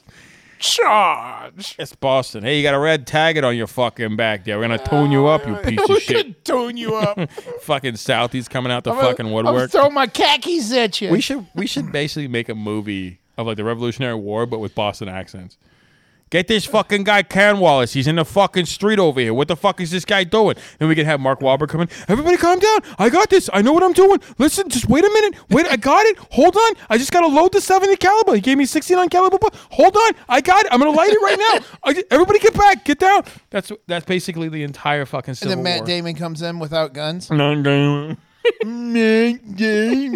Charge.
It's Boston. Hey, you got a red target on your fucking back there. We're gonna tune you up, you piece of
we
shit.
can tune you up.
Fucking Southie's coming out the
I'm
fucking
gonna- I'm
woodwork.
throw my khakis at you.
we should we should basically make a movie of like the Revolutionary War, but with Boston accents. Get this fucking guy Can Wallace. He's in the fucking street over here. What the fuck is this guy doing? Then we can have Mark Wahlberg come in. Everybody calm down. I got this. I know what I'm doing. Listen, just wait a minute. Wait, I got it. Hold on. I just gotta load the 70 caliber. He gave me 69 caliber. bu- Hold on. I got it. I'm gonna light it right now. I ju- everybody get back. Get down. That's that's basically the entire fucking
And
Civil
then Matt
War.
Damon comes in without guns.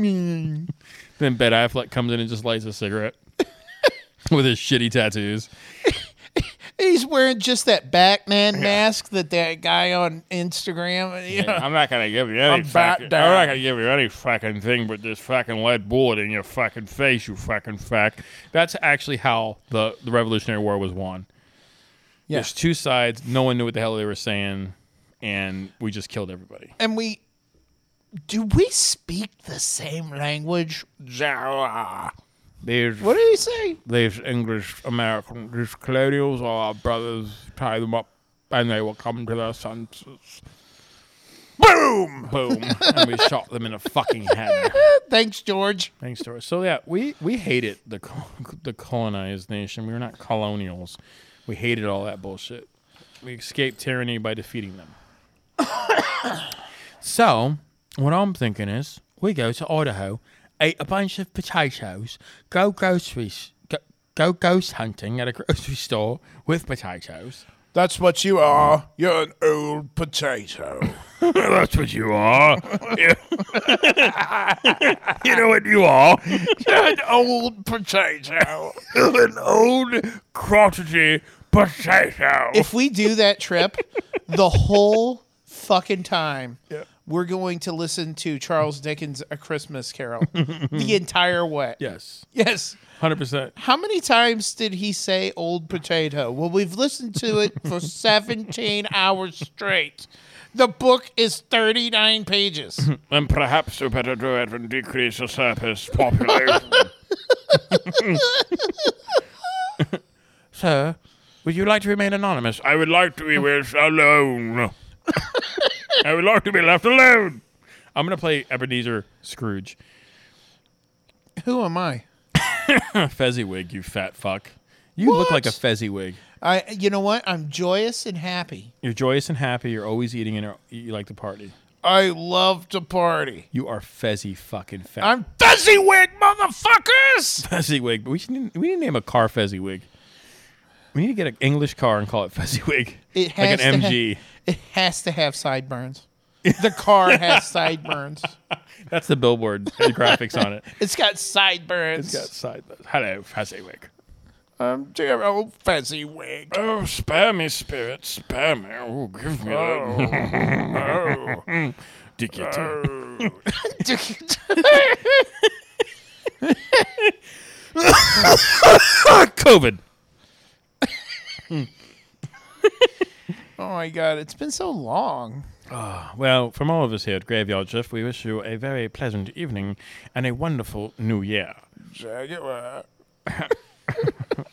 Then Ben Affleck comes in and just lights a cigarette with his shitty tattoos.
He's wearing just that Batman mask that that guy on Instagram. you know.
I'm not gonna give you any.
I'm fat
fucking,
dad.
I'm not gonna give you any fucking thing but this fucking lead bullet in your fucking face, you fucking fuck.
That's actually how the, the Revolutionary War was won.
Yeah.
There's two sides. No one knew what the hell they were saying, and we just killed everybody.
And we do we speak the same language?
These
What did he say?
these English American these colonials are our brothers. Tie them up, and they will come to their senses.
Boom, boom, and we shot them in the fucking head.
Thanks, George.
Thanks, Dora. So yeah, we we hated the col- the colonized nation. We were not colonials. We hated all that bullshit. We escaped tyranny by defeating them. so what I'm thinking is, we go to Idaho, eat a bunch of potatoes, go groceries, go, go ghost hunting at a grocery store with potatoes.
That's what you are. You're an old potato.
That's what you are. you you know what you are? You're an old potato. You're an old crotchety potato.
if we do that trip, the whole fucking time, we're going to listen to Charles Dickens' A Christmas Carol the entire way.
Yes,
Yes.
hundred percent.
How many times did he say old potato? Well, we've listened to it for 17 hours straight. The book is 39 pages.
Then perhaps we better do it and decrease the surface population.
Sir, would you like to remain anonymous?
I would like to be left alone. I would like to be left alone.
I'm gonna play Ebenezer Scrooge.
Who am I?
Fezziwig, you fat fuck. You look like a Fezziwig.
I you know what? I'm joyous and happy.
You're joyous and happy. You're always eating and you like to party.
I love to party.
You are Fezzy fucking fat.
I'm Fezziwig, motherfuckers!
Fezziwig. But we should we need to name a car Fezziwig. We need to get an English car and call it Fezziwig.
It
like
has
an
to
MG.
It has to have sideburns. The car has sideburns.
That's the billboard the graphics on it.
It's got sideburns.
Side- Hello, Fezziwig.
I'm dear old Fezziwig.
Oh, spare me, spirit, spare me. Oh, give me that. Dicky
Oh
Ah, COVID.
Oh my god, it's been so long.
Well, from all of us here at Graveyard Shift, we wish you a very pleasant evening and a wonderful new year.
Jaguar.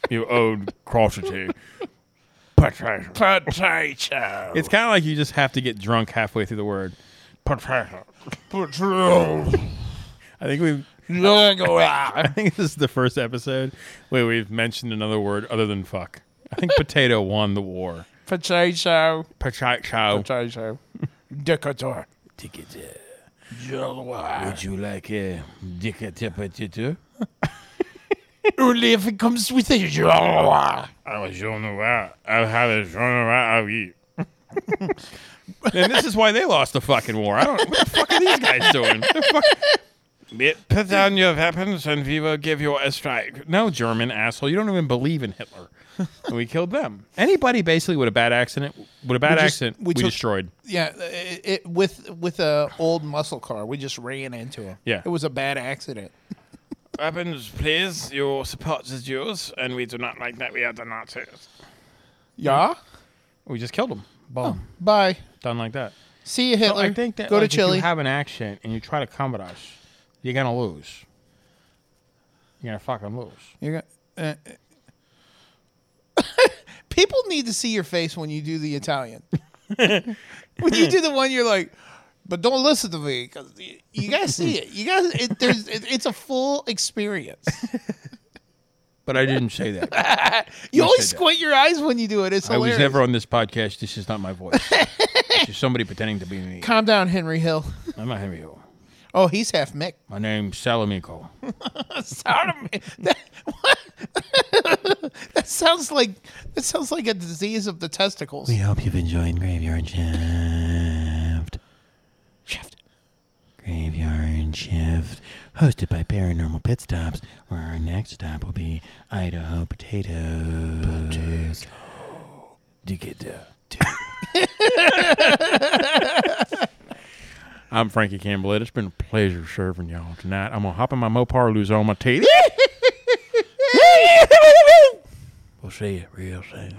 you old crotchety potato.
Potato.
It's kind of like you just have to get drunk halfway through the word.
Potato.
Potato.
I think we I
Jaguar.
think this is the first episode where we've mentioned another word other than fuck. I think potato won the war.
Potato.
Potato.
Potato. Decatur. Jaguar.
Would you like a dicky potato?
Only if it comes with a jaguar.
I was on the way. I've had a genre I'll eat.
and this is why they lost the fucking war. I don't what the fuck are these guys doing? What the fuck?
Put down your weapons and we will give you a strike.
No German asshole. You don't even believe in Hitler. And we killed them. Anybody basically with a bad accident with a bad
just-
accent
we
we,
took-
destroyed.
Yeah, it, it, with with a old muscle car, we just ran into him.
Yeah.
it was a bad accident.
Weapons, please. Your support is yours, and we do not like that we are the Nazis.
Yeah,
We just killed them. Boom.
bye.
Done like that.
See you,
So
Hitler.
I think that
go
like,
to
If
Chile.
you have an accent and you try to come at us, you're gonna lose. You're gonna fucking lose.
You're gonna, People need to see your face when you do the Italian. when you do the one, you're like, but don't listen to me because you, you gotta see it. You gotta. It, there's. It, it's a full experience.
but I didn't say that.
You always
said that.
squint your eyes when you do it. It's
I
hilarious.
was never on this podcast. This is not my voice. It's just somebody pretending to be me.
Calm down, Henry Hill.
I'm not Henry Hill.
Oh, he's half Mick.
My name's Salamico.
that, that sounds like that sounds like a disease of the testicles.
We hope you've enjoyed Graveyard Shift. Shift. Graveyard Shift. Hosted by Paranormal Pit Stops, where our next stop will be Idaho Potatoes. Potatoes. Do you get that?
I'm Frankie Campbell. It's been a pleasure serving y'all tonight. I'm gonna hop in my Mopar, and lose all my teeth.
We'll see you real soon.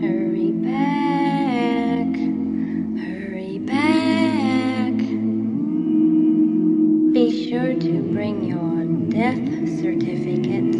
Hurry back, hurry back. Be sure to bring your death certificate.